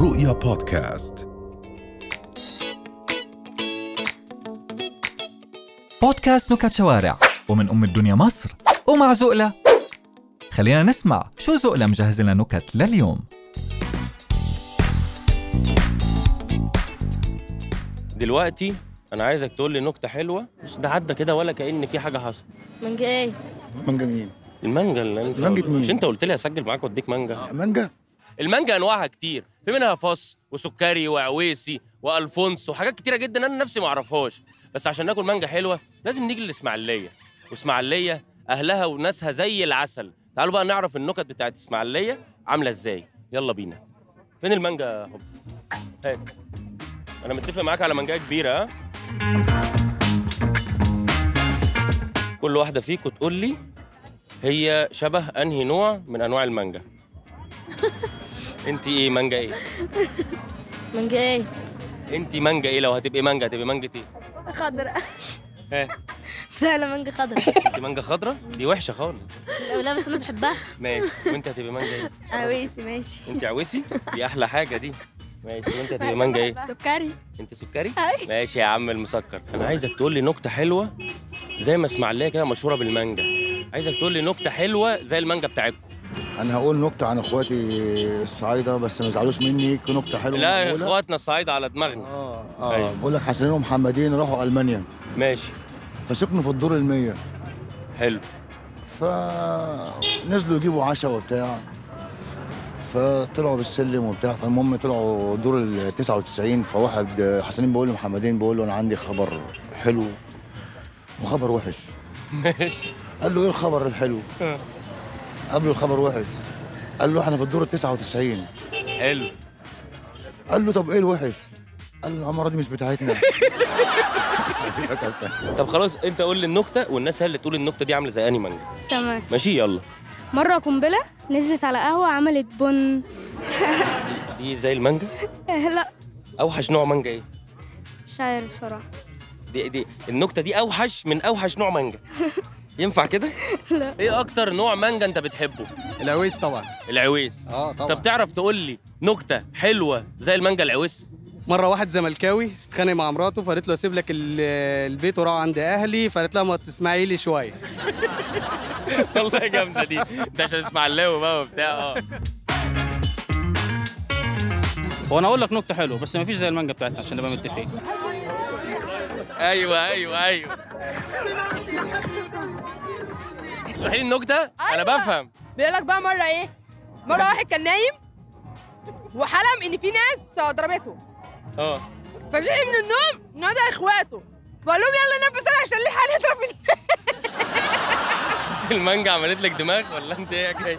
رؤيا بودكاست بودكاست نكت شوارع ومن أم الدنيا مصر ومع زقلة خلينا نسمع شو زقلة مجهز لنا نكت لليوم دلوقتي انا عايزك تقول لي نكته حلوه بس ده عدى كده ولا كأن في حاجه حصلت مانجا ايه؟ مانجا مين؟ المانجا اللي انت مانجا مين؟ مش انت قلت لي هسجل معاك واديك مانجا مانجا؟ المانجا انواعها كتير في منها فص وسكري وعويسي والفونسو وحاجات كتيره جدا انا نفسي ما اعرفهاش بس عشان ناكل مانجا حلوه لازم نيجي للاسماعيليه واسماعيليه اهلها وناسها زي العسل تعالوا بقى نعرف النكت بتاعت اسماعيليه عامله ازاي يلا بينا فين المانجا يا حب هات. انا متفق معاك على مانجا كبيره ها كل واحده فيكم تقول لي هي شبه انهي نوع من انواع المانجا انت ايه مانجا ايه مانجا ايه؟ انت مانجا ايه لو هتبقي مانجا هتبقي مانجا ايه خضراء ها فعلا مانجا خضراء انت مانجا خضراء دي وحشه خالص لا بس انا بحبها ماشي وانت هتبقي مانجا ايه عويسي ماشي انت عويسي دي احلى حاجه دي ماشي وانت هتبقي مانجا ايه سكري انت سكري ماشي يا عم المسكر انا عايزك تقول لي نكته حلوه زي ما اسماعيليه كده مشهوره بالمانجا عايزك تقول لي نكته حلوه زي المانجا بتاعتكم انا هقول نكته عن اخواتي الصعايده بس ما يزعلوش مني يكون نكته حلوه لا معقولة. اخواتنا الصعايده على دماغنا اه أيوة. اه بقول لك حسنين ومحمدين راحوا المانيا ماشي فسكنوا في الدور المية حلو فنزلوا يجيبوا عشاء وبتاع فطلعوا بالسلم وبتاع فالمهم طلعوا دور ال 99 فواحد آه، حسنين بيقول لمحمدين بيقول له انا عندي خبر حلو وخبر وحش ماشي قال له ايه الخبر الحلو؟ آه. قبل الخبر وحش قال له احنا في الدور ال 99 حلو قال له طب ايه الوحش؟ قال له العماره دي مش بتاعتنا طب خلاص انت قول لي النكته والناس هي اللي تقول النكته دي عامله زي انهي مانجا تمام ماشي يلا مرة قنبلة نزلت على قهوة عملت بن دي زي المانجا إيه، آه، لا اوحش نوع مانجا ايه مش عارف الصراحة دي دي النكته دي اوحش من اوحش نوع مانجا ينفع كده لا. ايه اكتر نوع مانجا انت بتحبه العويس طبعا العويس آه، اه طبعا طب تعرف تقول لي نكته حلوه زي المانجا العويس مره واحد زملكاوي اتخانق مع مراته فقالت له اسيب لك ال- البيت وراح عند اهلي فقالت لها ما تسمعي لي شويه والله جامده دي ده عشان اسماعيلاوي بقى وبتاع اه هو انا اقول لك نكته حلوه بس ما فيش زي المانجا بتاعتنا عشان نبقى متفقين ايوه ايوه ايوه تشرحي لي النكته انا بفهم بيقول لك بقى مره ايه مره واحد كان نايم وحلم ان في ناس ضربته اه فصحي من النوم نادى اخواته بقول لهم يلا نام بسرعه عشان ليه حد يضرب الناس. المانجا عملت لك دماغ ولا انت ايه يا كاي؟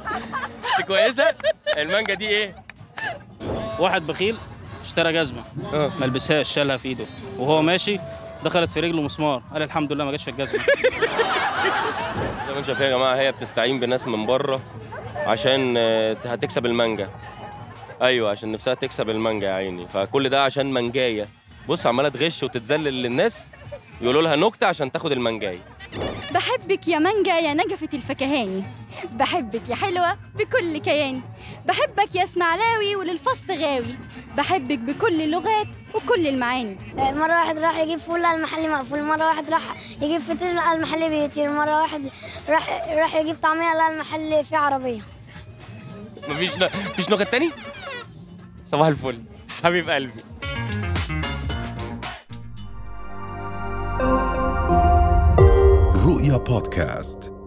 انت كويسه المانجا دي ايه واحد آه. بخيل اشترى جزمه اه ما لبسهاش شالها في ايده وهو ماشي دخلت في رجله مسمار قال الحمد لله ما جاش في الجزمه زي ما انتم شايفين يا جماعه هي بتستعين بناس من بره عشان آه، هتكسب المانجا ايوه عشان نفسها تكسب المانجا يا عيني فكل ده عشان مانجايه بص عماله تغش وتتذلل للناس يقولوا لها نكته عشان تاخد المانجايه بحبك يا مانجا يا نجفة الفكهاني بحبك يا حلوة بكل كياني بحبك يا اسماعلاوي وللفص غاوي بحبك بكل اللغات وكل المعاني آه، مرة واحد راح يجيب فول لقى المحل مقفول مرة واحد راح يجيب فطير لقى المحل بيطير مرة واحد راح راح يجيب طعمية لقى المحل فيه عربية مفيش ن... مفيش نكت تاني صباح الفل حبيب قلبي رؤيا بودكاست